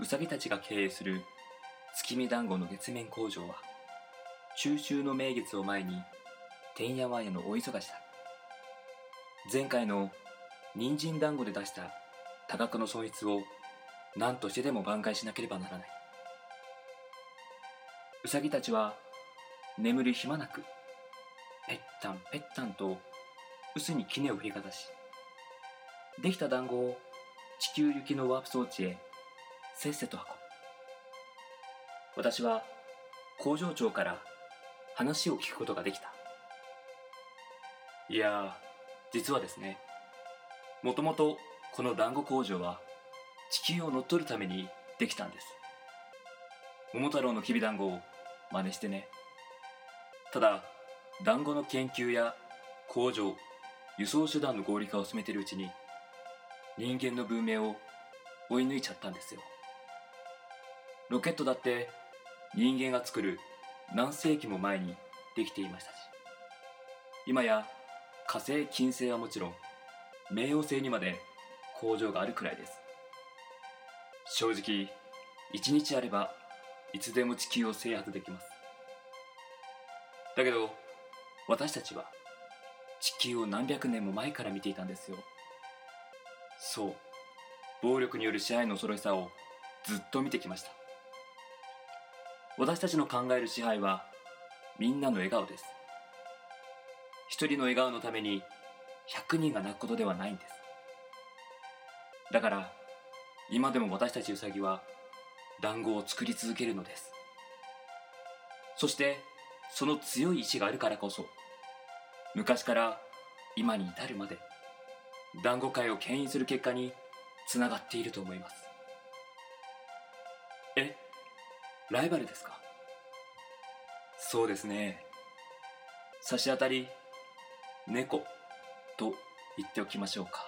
ウサギたちが経営する月見団子の月面工場は中秋の名月を前にてんやわんやの大忙しだ前回の人参団子で出した多額の損失を何としてでも挽回しなければならないウサギたちは眠る暇なくぺったんぺったんと薄にきねを振りかざしできた団子を地球行きのワープ装置へせっせと運ぶ私は工場長から話を聞くことができたいやー実はですねもともとこの団子工場は地球を乗っ取るためにできたんです桃太郎のきび団子を真似してねただ団子の研究や工場輸送手段の合理化を進めているうちに人間の文明を追い抜いちゃったんですよロケットだって人間が作る何世紀も前にできていましたし今や火星金星はもちろん冥王星にまで工場があるくらいです正直一日あればいつでも地球を制圧できますだけど私たちは地球を何百年も前から見ていたんですよそう暴力による支配の恐ろしさをずっと見てきました私たちの考える支配はみんなの笑顔です一人の笑顔のために100人が泣くことではないんですだから今でも私たちウサギは団子を作り続けるのですそしてその強い意志があるからこそ昔から今に至るまで団子界を牽引する結果につながっていると思いますえライバルですかそうですね差し当たり猫と言っておきましょうか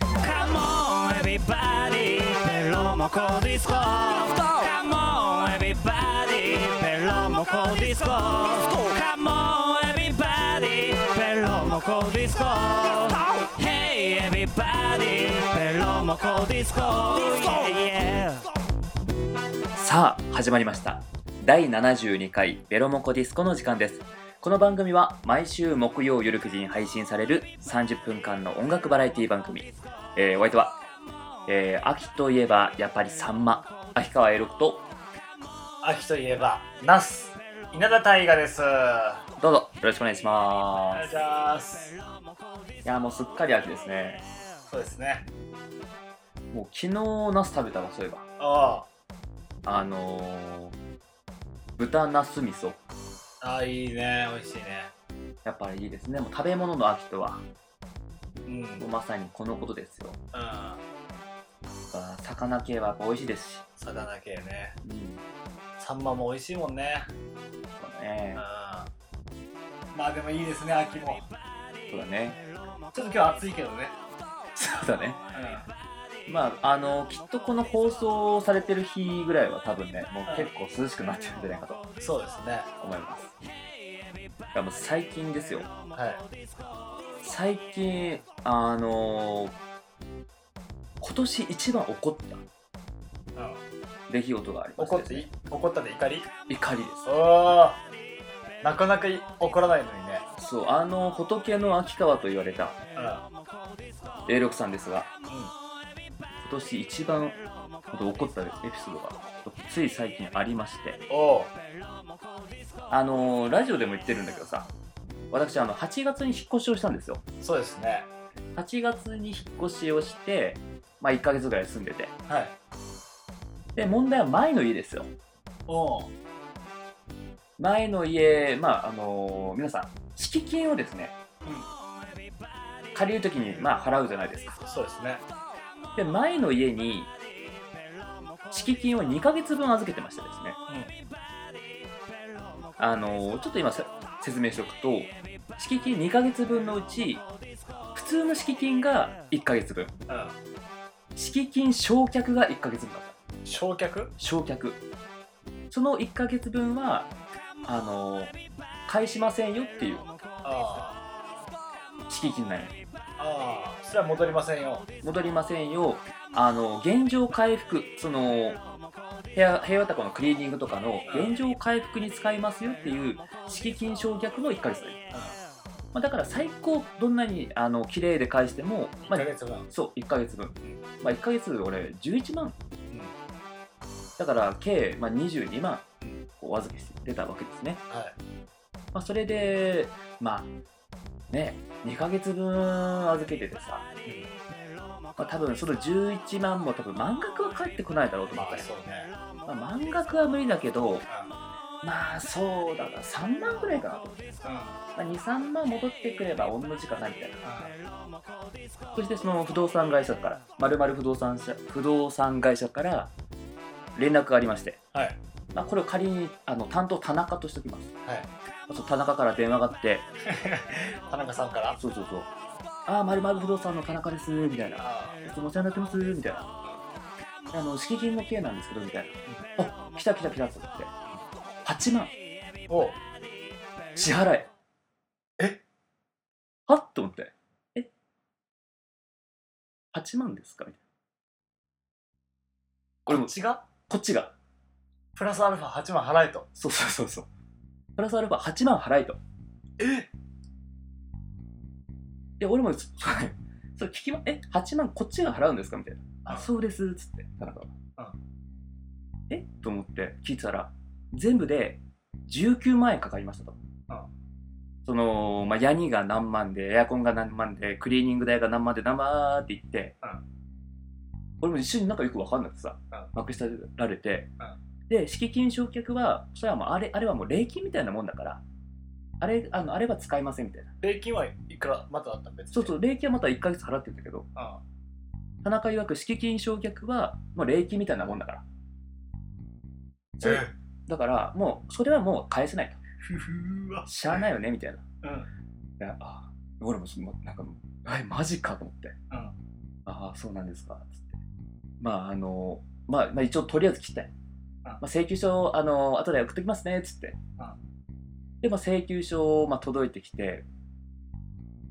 Come on, everybody, Pelomo Disco. Come on, everybody, Pelomo Disco. Come on, everybody, Pelomo Disco. Hey, everybody, Pelomo Disco. Yeah, yeah. さあ始まりました第72回ベロモコディスコの時間ですこの番組は毎週木曜夜9時に配信される30分間の音楽バラエティ番組、えー、お相手は、えー秋といえばやっぱりサンマ秋川栄六と秋といえばナス稲田大我ですおどうぞよろしくお願いしま願いしすますいやもうすっかり秋ですねそうですねもう昨日ナス食べたわそういえばああのー、豚ナス味噌あああいいね美味しいねやっぱりいいですねもう食べ物の秋とはうんうんもうまさにこのことですよやっぱ魚系はやっぱ美味しいですし魚系ねうんサンマも美味しいもんねそうだねうんまあでもいいですね秋もそうだね。 ちょっと今日暑いけどねそうだね。まあ、あの、きっとこの放送されてる日ぐらいは多分ね、もう結構涼しくなってるんじゃないかとうんそうですね思います。いやもう最近ですよ。はい最近、あの今年一番怒ったうん出来事がありまし怒てっですね、て怒ったで怒り怒りでおおなかなかい怒らないのにねす。そう、あの、仏の秋川と言われたうん永六さんですが、うん今年一番怒ったエピソードがつい最近ありまして、おおあのーラジオでも言ってるんだけどさ私あの8月に引っ越しをしたんですよそうですね8月に引っ越しをしてまあ1ヶ月ぐらい住んでてはいで問題は前の家ですよおお前の家まああのー皆さん敷金をですね、借りるときにまあ払うじゃないですかそうですねで前の家に敷金を2ヶ月分預けてましてですねあのーちょっと今せ説明しておくと敷金2ヶ月分のうち普通の敷金が1ヶ月分うんうん敷金償却が1ヶ月分だった焼却償却その1ヶ月分はあの返しませんよっていうあ敷金なんよあああそれは戻りませんよ戻りませんよあの現状回復その平和平和タコのクリーニングとかの現状回復に使いますよっていう敷金償却の1ヶ月だよ、まあ、だから最高どんなにあの綺麗で返しても、ま1あヶ、月分そう1ヶ月分、まあ、1ヶ月俺11万だから計、まあ、22万こう預けしてたわけですね、はいまあ、それでまあね2ヶ月分預けててさ、まあ、多分その11万も多分満額は返ってこないだろうと思ったまあよ、そうねまあ、満額は無理だけどうんまあそうだな3万ぐらいかなと思って、うんまあ、23万戻ってくれば同じかなみたいなうそしてその不動産会社からまるまる不動産社不動産会社から連絡がありまして、んはいまあ、これを仮にあの担当田中としておきますはいそう田中から電話があって田中さんからそうそうそう「ああまるまる不動産の田中です」みたいなあいつもお世話になってますみたいな。あの敷金の件なんですけどみたいな。あ来た来た来たと思って。8万ーおう支払え。えはっと思って。え ?8 万ですかみたいな。これこもっちがこっちが。プラスアルファ8万払えとそうそうそうそう。プラスアルファ8万払えと。えで、俺もそそう聞きま、え ?8 万こっちが払うんですかみたいな。あ、そうです。つって、田中は。えと思って聞いてたら、全部で19万円かかりましたと。うんその、まあ、ヤニが何万で、エアコンが何万で、クリーニング代が何万で、何万って言って、うん俺も一瞬なんかよく分かんなくてさ、うんまくしたられて、で、敷金償却は、それはもうあれ、あれはもう礼金みたいなもんだから、あれ、あのあれは使いませんみたいな。礼金はいくらまたあったん別にそうそう、礼金はまた1ヶ月払ってるんだけど、あ田中曰く敷金償却は、まあ、礼金みたいなもんだからそれだからもうそれはもう返せないとふふうわしゃあないよねみたいなうんであ俺もそのなんかえマジかと思って、うんああそうなんですかつってまああの、まあ、まあ一応とりあえず切ったよ、うんまあ、請求書あの後で送っときますねつって、で、まあ、請求書、まあ、届いてきて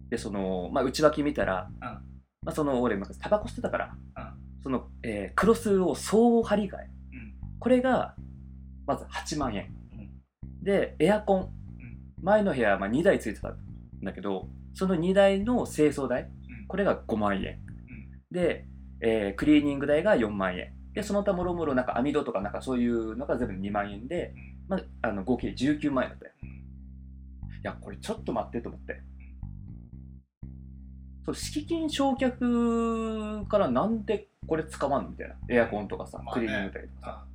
でその、まあ、内訳見たら、うんまあ、その俺昔タバコ吸ってたから、うんその、えークロスを総張り替えうんこれがまず8万円、うんでエアコン、うん前の部屋はまあ2台ついてたんだけどその2台の清掃代うんこれが5万円、で、えークリーニング代が4万円でその他もろもろなんか網戸とかなんかそういうのが全部2万円で、うまんあ、あの合計19万円だったよ、うんいやこれちょっと待ってと思って、そう敷金償却からなんでこれ使わんのみたいなエアコンとかさ、まあクねリーニング代とかさ、あ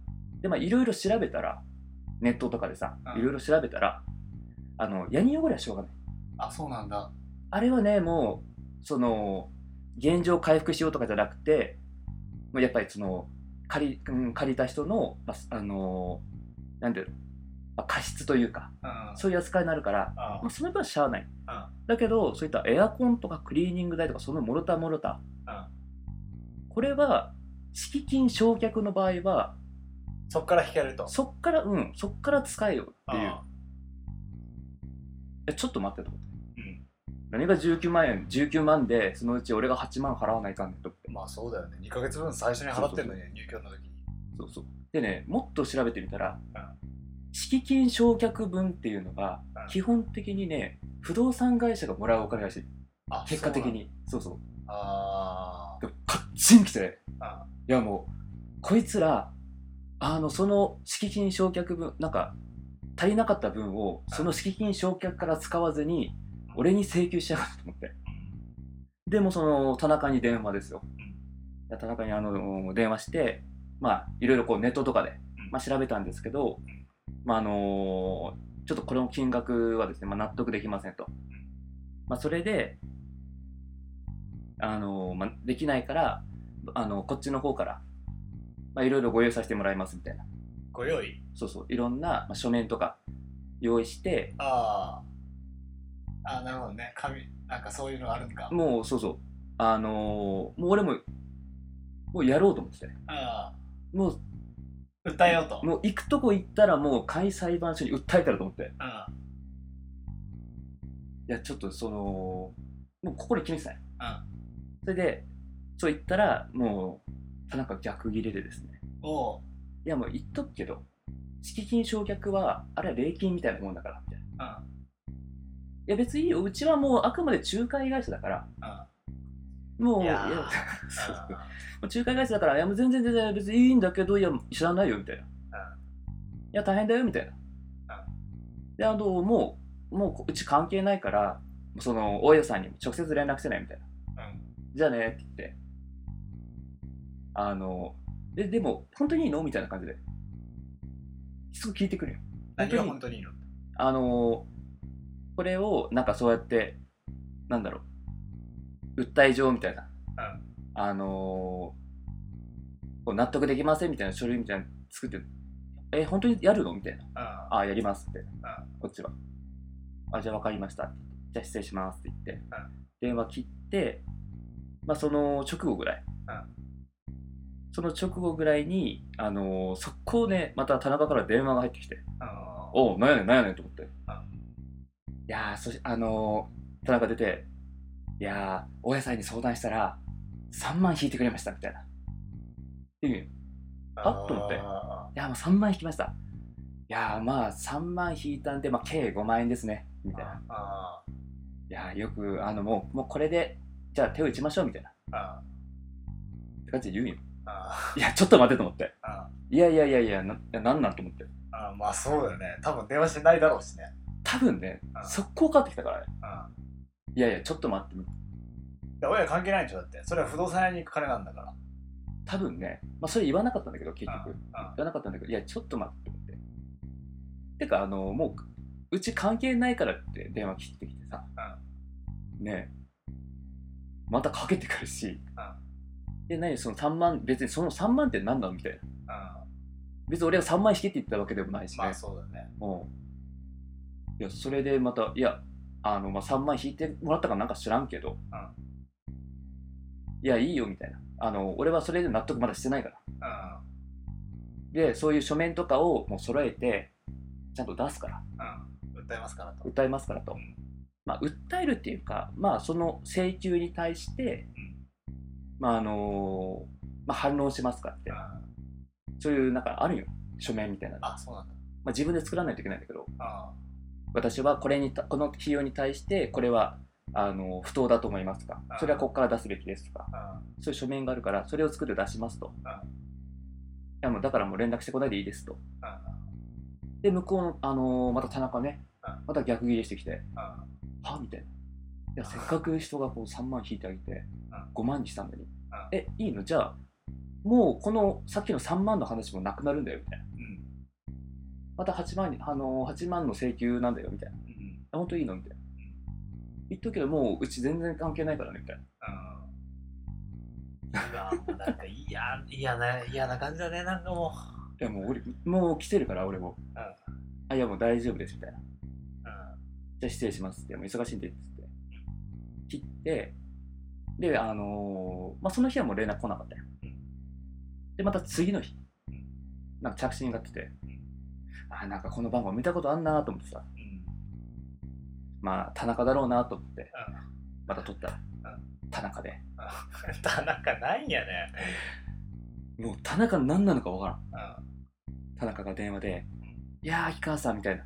でまあいろいろ調べたらネットとかでさうんいろいろ調べたらあのヤニ汚れはしょうがないあそうなんだあれはねもうその現状回復しようとかじゃなくてもうやっぱりその借り,、うん、借りた人の、まあ、あのなんていうの、まあ、過失というかうんそういう扱いになるから、あまあ、その分はしゃあないあだけどそういったエアコンとかクリーニング代とかそのもろたもろたあこれは敷金償却の場合はそっから引けるとそっからうんそっから使えよっていうあえちょっと待ってと思ってうん何が19万円19万でそのうち俺が8万払わないかんねんと思ってまあそうだよね2ヶ月分最初に払ってんのに入居の時にそうそうでねもっと調べてみたらうん敷金償却分っていうのがうん基本的にね不動産会社がもらうお金らしいあ結果的にそうそうあでもカッチンきてあいやもうこいつらあのその敷金償却分なんか足りなかった分をその敷金償却から使わずに俺に請求しやがってと思ってでもその田中に電話ですよ、で田中にあの電話してまあいろいろこうネットとかで、うんまあ、調べたんですけど、んまああのちょっとこれの金額はですね、まあ、納得できませんと、まあ、それであの、まあ、できないからあのこっちの方から、まあ、いろいろご用意させてもらいますみたいなご用意そうそういろんな、まあ、書面とか用意してあああなるほどね紙なんかそういうのあるんかもうそうそうあのもう俺ももうやろうと思っててあもう歌えよと。もう行くとこ行ったらもう仮裁判所に訴えたらと思ってうん。いやちょっとそのもうここで決めてたよ、それでそう言ったらもう田中逆ギレでですねおう。いやもう言っとくけど敷金償却はあれは礼金みたいなもんだからみたいな、ういや別にいいようちはもうあくまで仲介会社だから、もういいやーやそううん仲介会社だからいやもう全然全然別にいいんだけどいや知らないよみたいな、いや大変だよみたいな、であのもうもうこうち関係ないからその大家さんに直接連絡してないみたいなうん。じゃあねって言ってあのででも本当にいいのみたいな感じですぐ聞いてくるよ何が本当にいいのあのこれをなんかそうやってなんだろう訴え状みたいな、うんあのこう納得できませんみたいな書類みたいなの作って「え本当にやるの?」みたいなう「ん。あやります」って、こっちは「あじゃあ分かりました」じゃあ失礼します」って言って、電話切ってまあその直後ぐらい、その直後ぐらいに、あの速攻ねまた田中から電話が入ってきてうんおう、なんやねん、なんやねんと思って。いやー、そし、あのー、田中出て、いやー、大家さんに相談したら、3万引いてくれました、みたいな。っていういあっと思ってあやー、もう3万引きました。いやー、まあ、3万引いたんで、まあ、計5万円ですね、みーたいな。あいやー、よく、あの、もう、もうこれで、じゃあ手を打ちましょう、みたいな。っーあて感じで言うんよ。ーあいや、ちょっと待ってと思って。ーあいやいやいやいや、な、いやなんなんと思って。ーあーまあそうだよね多分電話しないだろうしね多分ねう、ん速攻かかってきたからね。ういやいや、ちょっと待って。んで親関係ないんでしょだってそれは不動産屋に行く金なんだから多分ね、まあ、それ言わなかったんだけど、結局。うん言わなかったんだけど、いや、ちょっと待ってって。てか、あの、もう、うち関係ないからって電話切ってきてさ、ねえまたかけてくるし、で、何その3万、別にその3万って何なのみたいな。うん別に俺が3万引けって言ったわけでもないしね。まあそうだねうんいや、それでまた、いや、あの、まあ、3万引いてもらったかなんか知らんけど、いや、いいよ、みたいな。あの、俺はそれで納得まだしてないから。うんうんでそういう書面とかをもう揃えてちゃんと出すからうん訴えますからと訴えますからと、まあ、訴えるっていうか、まあ、その請求に対して、まああのまあ、反論しますからってうんそういうなんかあるよ書面みたいな、まあそうなんだあ、自分で作らないといけないんだけどうん私はこれにたこの費用に対してこれはあの不当だと思いますとかうんそれはここから出すべきですとかうんそういう書面があるからそれを作って出しますと、いやもうだからもう連絡してこないでいいですとうんで向こうの、あのーまた田中ね、うんまた逆ギレしてきてうん「はみたいな「いやせっかく人がこう3万引いてあげてん5万にしたのに「えいいのじゃあもうこのさっきの3万の話もなくなるんだよ」みたいなうん「また8万に、あのー、8万の請求なんだよ」みたいなうん「本当いいの?」みたいな言っとくけどもううち全然関係ないからねみたいなうんうわもうなんか嫌嫌な嫌な感じだねなんかも「ういやもう俺もう来てるから俺も」あ「いやもう大丈夫です」みたいなうんじゃあ失礼しますって、もう忙しいんでっつって、切って、で、あのーまあ、その日はもう連絡来なかったよ。で、また次の日、なんか着信が来て、あーなんかこの番号見たことあんなと思ってさ、うんまあ、田中だろうなと思って、また取ったら、田中で。うん田中ないんやねもう田中何なのかわからん。うん田中が電話で、いやー、秋川さんみたいな。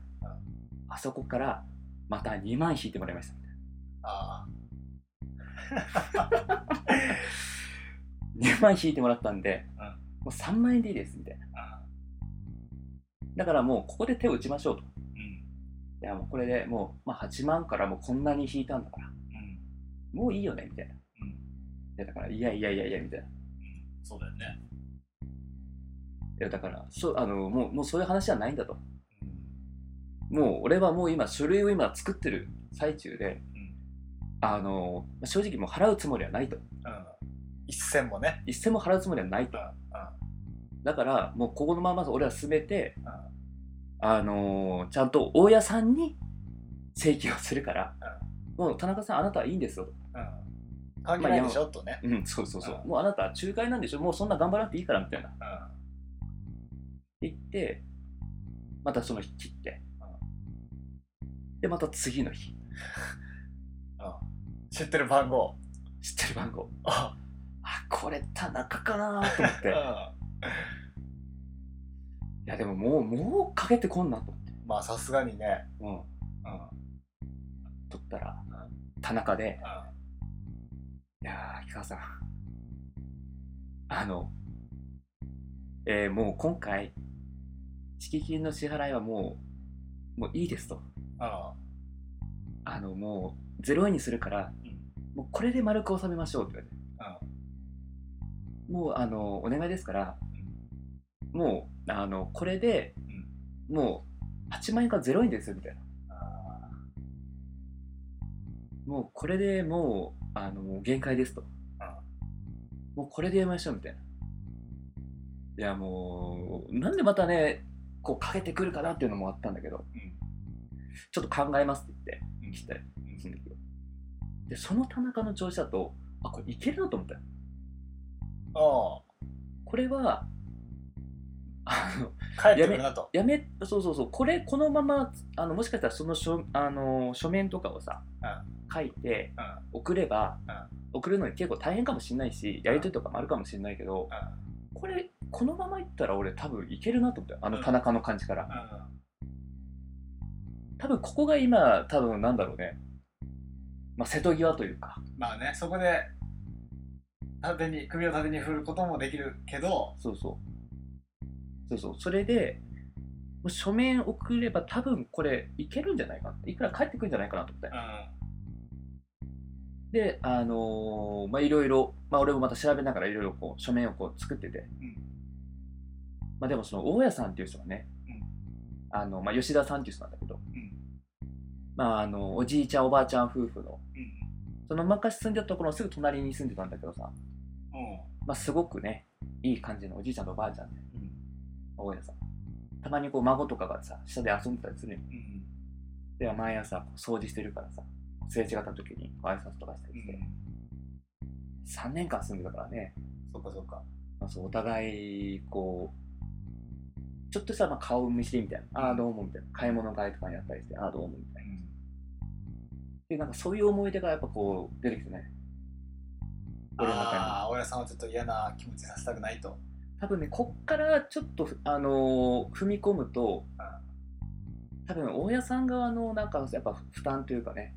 あそこから、また2万引いてもらいました。あ2万引いてもらったんで、うんもう3万円でいいですみたいな、だからもうここで手を打ちましょうとーうんいやもうこれでもう、まあ、8万からもうこんなに引いたんだからうんもういいよねみたいなうんでだからいやいやいやいやみたいないそうだよね。やだからそうあのもうもうそういう話じゃないんだともう俺はもう今書類を今作ってる最中で、んあのまあ正直もう払うつもりはないとうん。一銭もね。一銭も払うつもりはないとうん。だからもうここのまま俺は進めて、あのーちゃんと大家さんに請求をするから、もう田中さんあなたはいいんですよ、うん。関係ないでしょとね。うん、そうそうそう、うんもうあなた仲介なんでしょもうそんな頑張らなくていいからみたいなうん。行ってまたその日切ってでまた次の日知ってる番号知ってる番号ああこれ田中かなと思っていうんやでももうもうかけてこんなとまあさすがにね思って、うんううんん、取ったら田中でいやー、秋川さん。あの、えーもう今回、敷金の支払いはもう、もういいですと。うあの、もう、0円にするから、もうこれで丸く収めましょうって言われて。もう、あの、お願いですから、もう、あの、これで、もう、8万円から0円ですよ、みたいな。もう、これでもう、あの、もう限界ですと。もうこれでやめましょうみたいな。いやもう、なんでまたね、こうかけてくるかなっていうのもあったんだけど、んちょっと考えますってう言んって、来て、その時はで、その田中の調子だと、あ、これいけるなと思ったよ。あこれは、あの、あ帰ってくるなとやめ、そうそうそう、これ、このまま、あのもしかしたらその書あの書面とかをさ、書いて、送れば、送るのに結構大変かもしれないし、やりとりとかもあるかもしれないけど、うんうんこれこのままいったら俺多分いけるなと思ったよあの田中の感じから、うん多分ここが今多分なんだろうね、まあ、瀬戸際というかまあねそこで縦に首を縦に振ることもできるけどそうそうそうそうそれでもう書面送れば多分これいけるんじゃないかないくら返ってくるんじゃないかなと思って、うんうであのーまあいろいろまあ俺もまた調べながらいろいろこう書面をこう作ってて、うんまあでもその大家さんっていう人がね、うんあのまあ、吉田さんっていう人なんだけど、んまああのおじいちゃんおばあちゃん夫婦のうんその昔住んでたところのすぐ隣に住んでたんだけどさ、まあ、すごくねいい感じのおじいちゃんとおばあちゃんでうん大家さんたまにこう孫とかがさ下で遊んでたりするようんでは毎朝こう掃除してるからさすれ違った時にこう挨拶とかしたりして、3年間住んでたからね、そっかそっかまあ、そうお互いこうちょっとしたまあ顔見知りみたいなああどうもみたいな買い物会とかにやったりしてああどうもみたいなでなんかそういう思い出がやっぱこう出てきてね俺の中にああ親さんはちょっと嫌な気持ちさせたくないと多分ねこっからちょっと、あのー踏み込むと多分大家さん側のなんかやっぱ負担というかね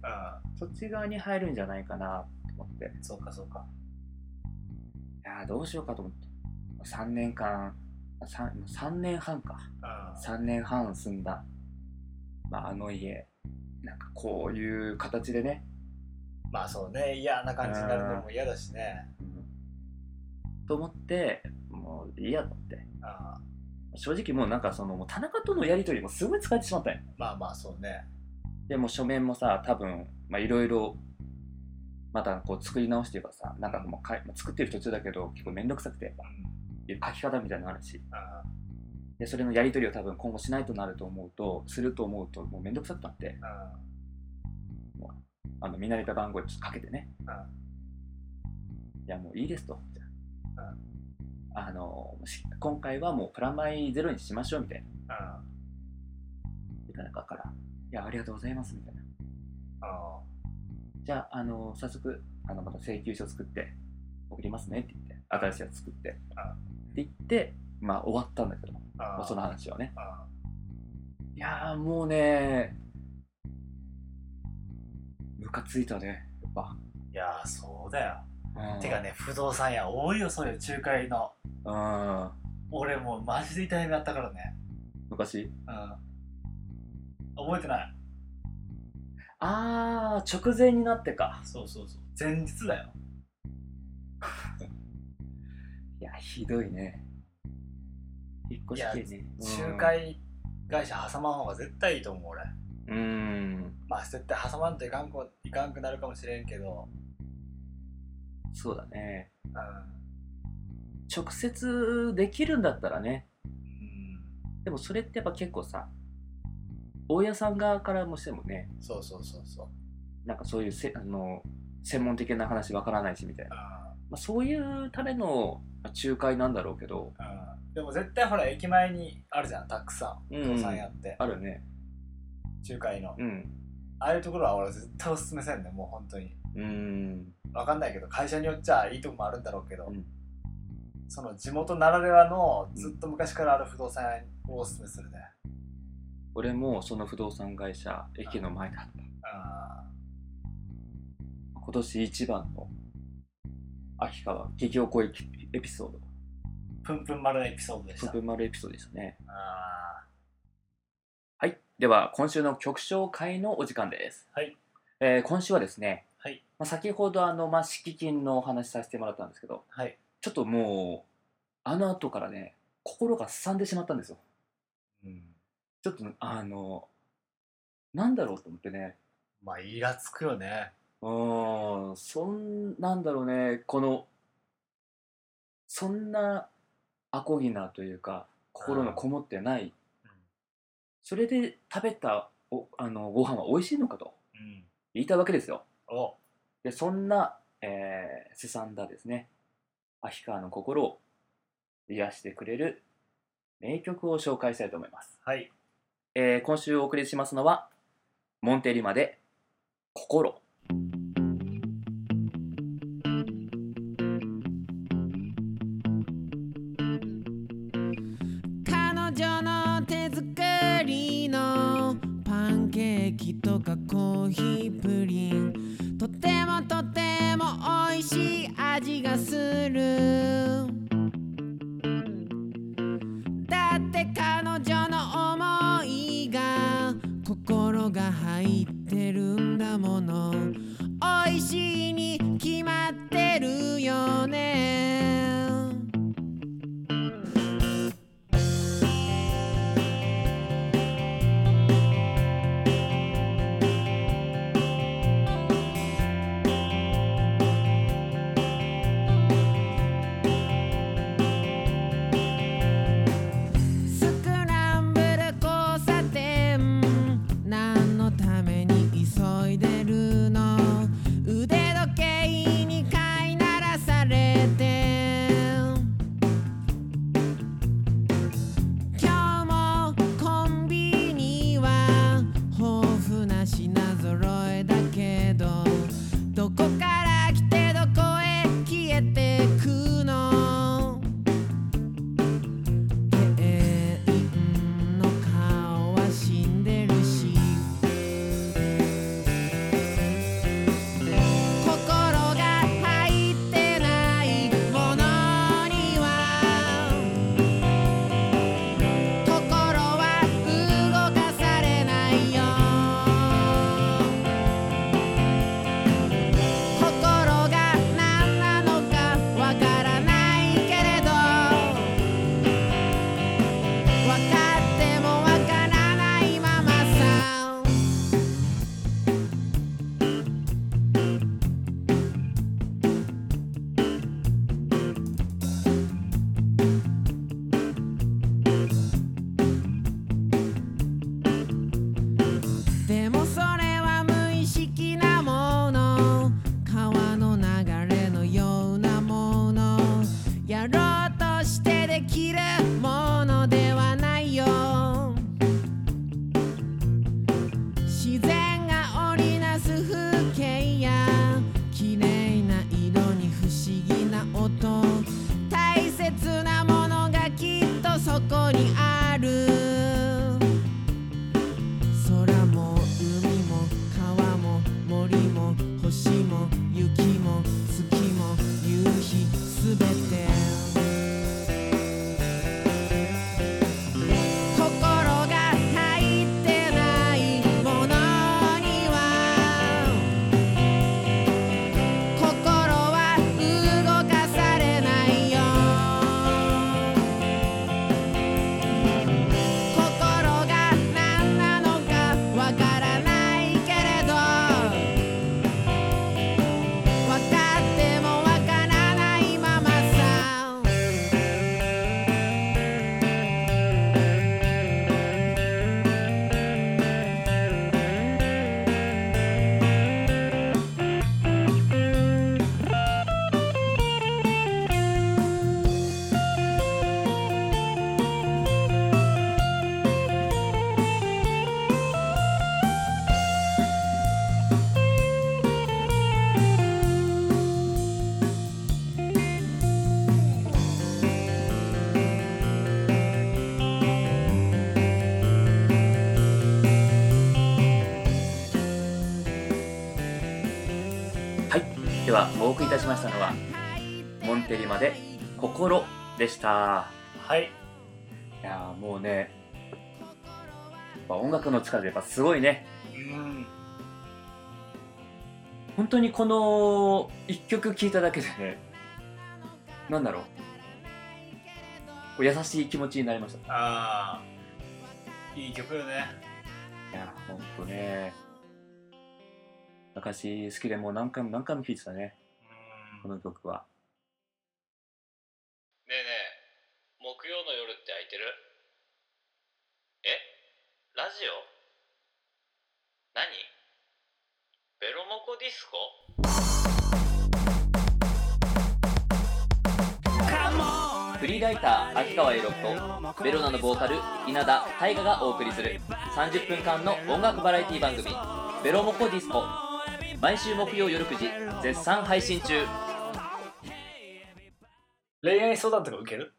うそっち側に入るんじゃないかなと思っていんそうかそうかやーどうしようかと思って3年間 3, 3年半かうん3年半住んだ、まあ、あの家なんかこういう形でね、まあそうね嫌な感じになるのも嫌だしねと思ってもういいやと思ってうんま正直もうなんかそのもう田中とのやり取りもすごい疲れてしまったんよあまあそうねでもう書面もさ多分まあいろいろまたこう作り直していうかさなんかもうかい作ってる途中だけど結構面倒くさくてやっぱうん書き方みたいなのあるしうんでそれのやり取りを多分今後しないとなると思うとすると思うともう面倒くさくなってうんあの見慣れた番号にちょっとかけてね、いやもういいですとじゃあ,、あのし今回はもうプラマイゼロにしましょうみたいなうん言った中から「いやありがとうございます」みたいなあじゃあ、あの早速あのまた請求書作って送りますねって言って新しいやつ作ってって言ってまあ終わったんだけど、ああまあ、その話はねあいやーもうねムカついたねやっぱ、いやーそうだようんてかね不動産屋多いよそういう仲介のうん俺もうマジで痛い目あったからね昔うん覚えてないあー直前になってかそうそうそう前日だよいやひどいね引っ越し系ねうん仲介会社挟まん方が絶対いいと思う俺うーんまあ絶対挟まんといかんこいかんくなるかもしれんけどそうだねうん直接できるんだったらねうんでもそれってやっぱ結構さ大家さん側からもしてもねそうそうそうそうなんかそういうせあの専門的な話わからないしみたいな、まあ、そういうためのまあ仲介なんだろうけどうんでも絶対ほら駅前にあるじゃんたくさんう不動ん産屋って、あるね仲介の、うんああいうところは俺絶対おすすめせんねもう本当にうんわかんないけど会社によっちゃいいとこもあるんだろうけど、うんその地元ならではのずっと昔からある不動産屋をおすすめするね、俺もその不動産会社駅の前だったあ今年一番の秋川企業公益エピソードープンプン丸のエピソードでしプたンプン丸エピソードでしたねあはいでは今週の曲紹介のお時間ですはい、えー今週はですね、はいまあ、先ほどあの、まあ、敷金のお話しさせてもらったんですけどーはい、ちょっともうあの後からね心がすさんでしまったんですようん、ちょっとあのなんだろうと思ってねまあイラつくよねうーんそんなんだろうねこのそんなアコギなというか心のこもってないうんそれで食べたおあのご飯は美味しいのかとうん言いたいわけですよおでそんな、えー、すさんだですね秋川の心を癒してくれる名曲を紹介したいと思いますはいえー今週お送りしますのは「モンテリマで心」彼女の手作りのパンケーキとかコーヒープリンとてもとても美味しい味がするだって彼女の思いが心が入ってるんだもの美味しいに決まってるよねスクランブル交差点何のためにはお送りいたしましたのはモンテリマで心でしたはいいやーもうねやっぱ音楽の力でやっぱすごいねうん本当にこの一曲聴いただけでねなんだろうこう優しい気持ちになりましたああいい曲よねいやーほんとね昔好きでもう何回も何回も聴いてたねこうんねの曲はねえねえ木曜の夜って空いてるえラジオ何ベロモコディスコフリーライター秋川栄六とベロナのボーカル稲田大我がお送りする30分間の音楽バラエティ番組「ベロモコディスコ」毎週木曜夜9時絶賛配信中恋愛相談とか受ける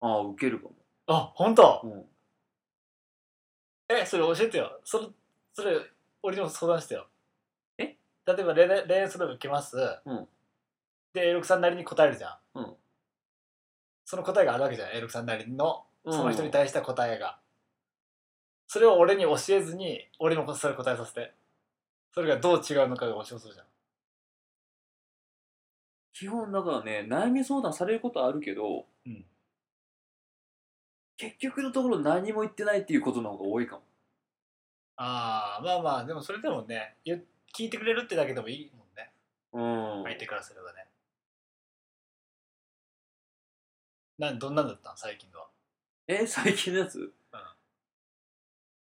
ああウケるかもあ本当、うんえそれ教えてよそれそれ俺にも相談してよえ例えば恋愛恋愛相談受けます、うんで A6 さんなりに答えるじゃん、うんその答えがあるわけじゃん A6 さんなりのうんその人に対した答えが、それを俺に教えずに俺もそれ答えさせてそれがどう違うのかが教えそうじゃん基本だからね悩み相談されることはあるけど、うん結局のところ何も言ってないっていうことの方が多いかもああまあまあでもそれでもね言う聞いてくれるってだけでもいいもんねうん相手からすればねなんどんなんだったん最近のはえ最近のやつ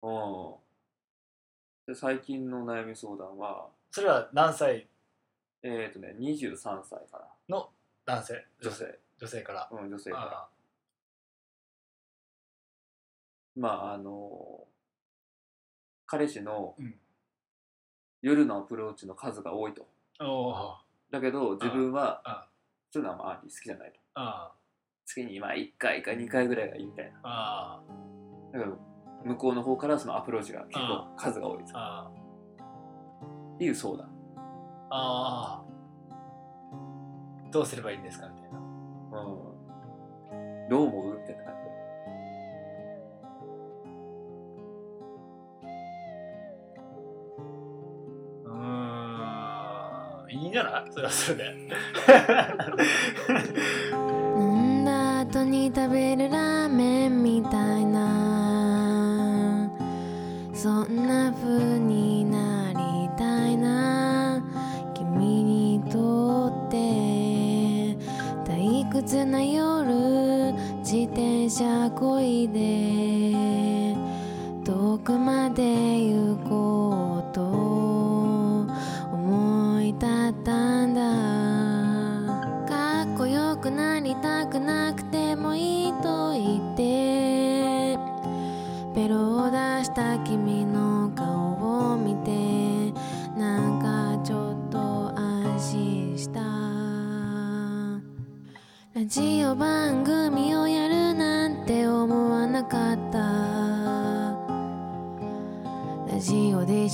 うん、で最近の悩み相談はそれは何歳えっ、ー、とね23歳かな男性女性女性からうん女性からあまああの彼氏のうん夜のアプローチの数が多いとあおおだけど自分うんうんはそういうのはあまり好きじゃないとあ月にまあ1回か2回ぐらいがいいみたいなああだから向こうの方からそのアプローチが結構数が多いですあっていう相談、ああどうすればいいんですかみたいなどう思うみたいな感じうーんいいんじゃないそれはそれで飲んだ後に食べるラーメンみたいなそんな風になりたいな君にとって退屈な夜自転車こいで遠くまで行こうと思い立ったんだかっこよくなりたくなくてもいいと言ってベロを出した君の顔を見てなんかちょっと安心したラジオ番組をやるなんて思わなかったラジオで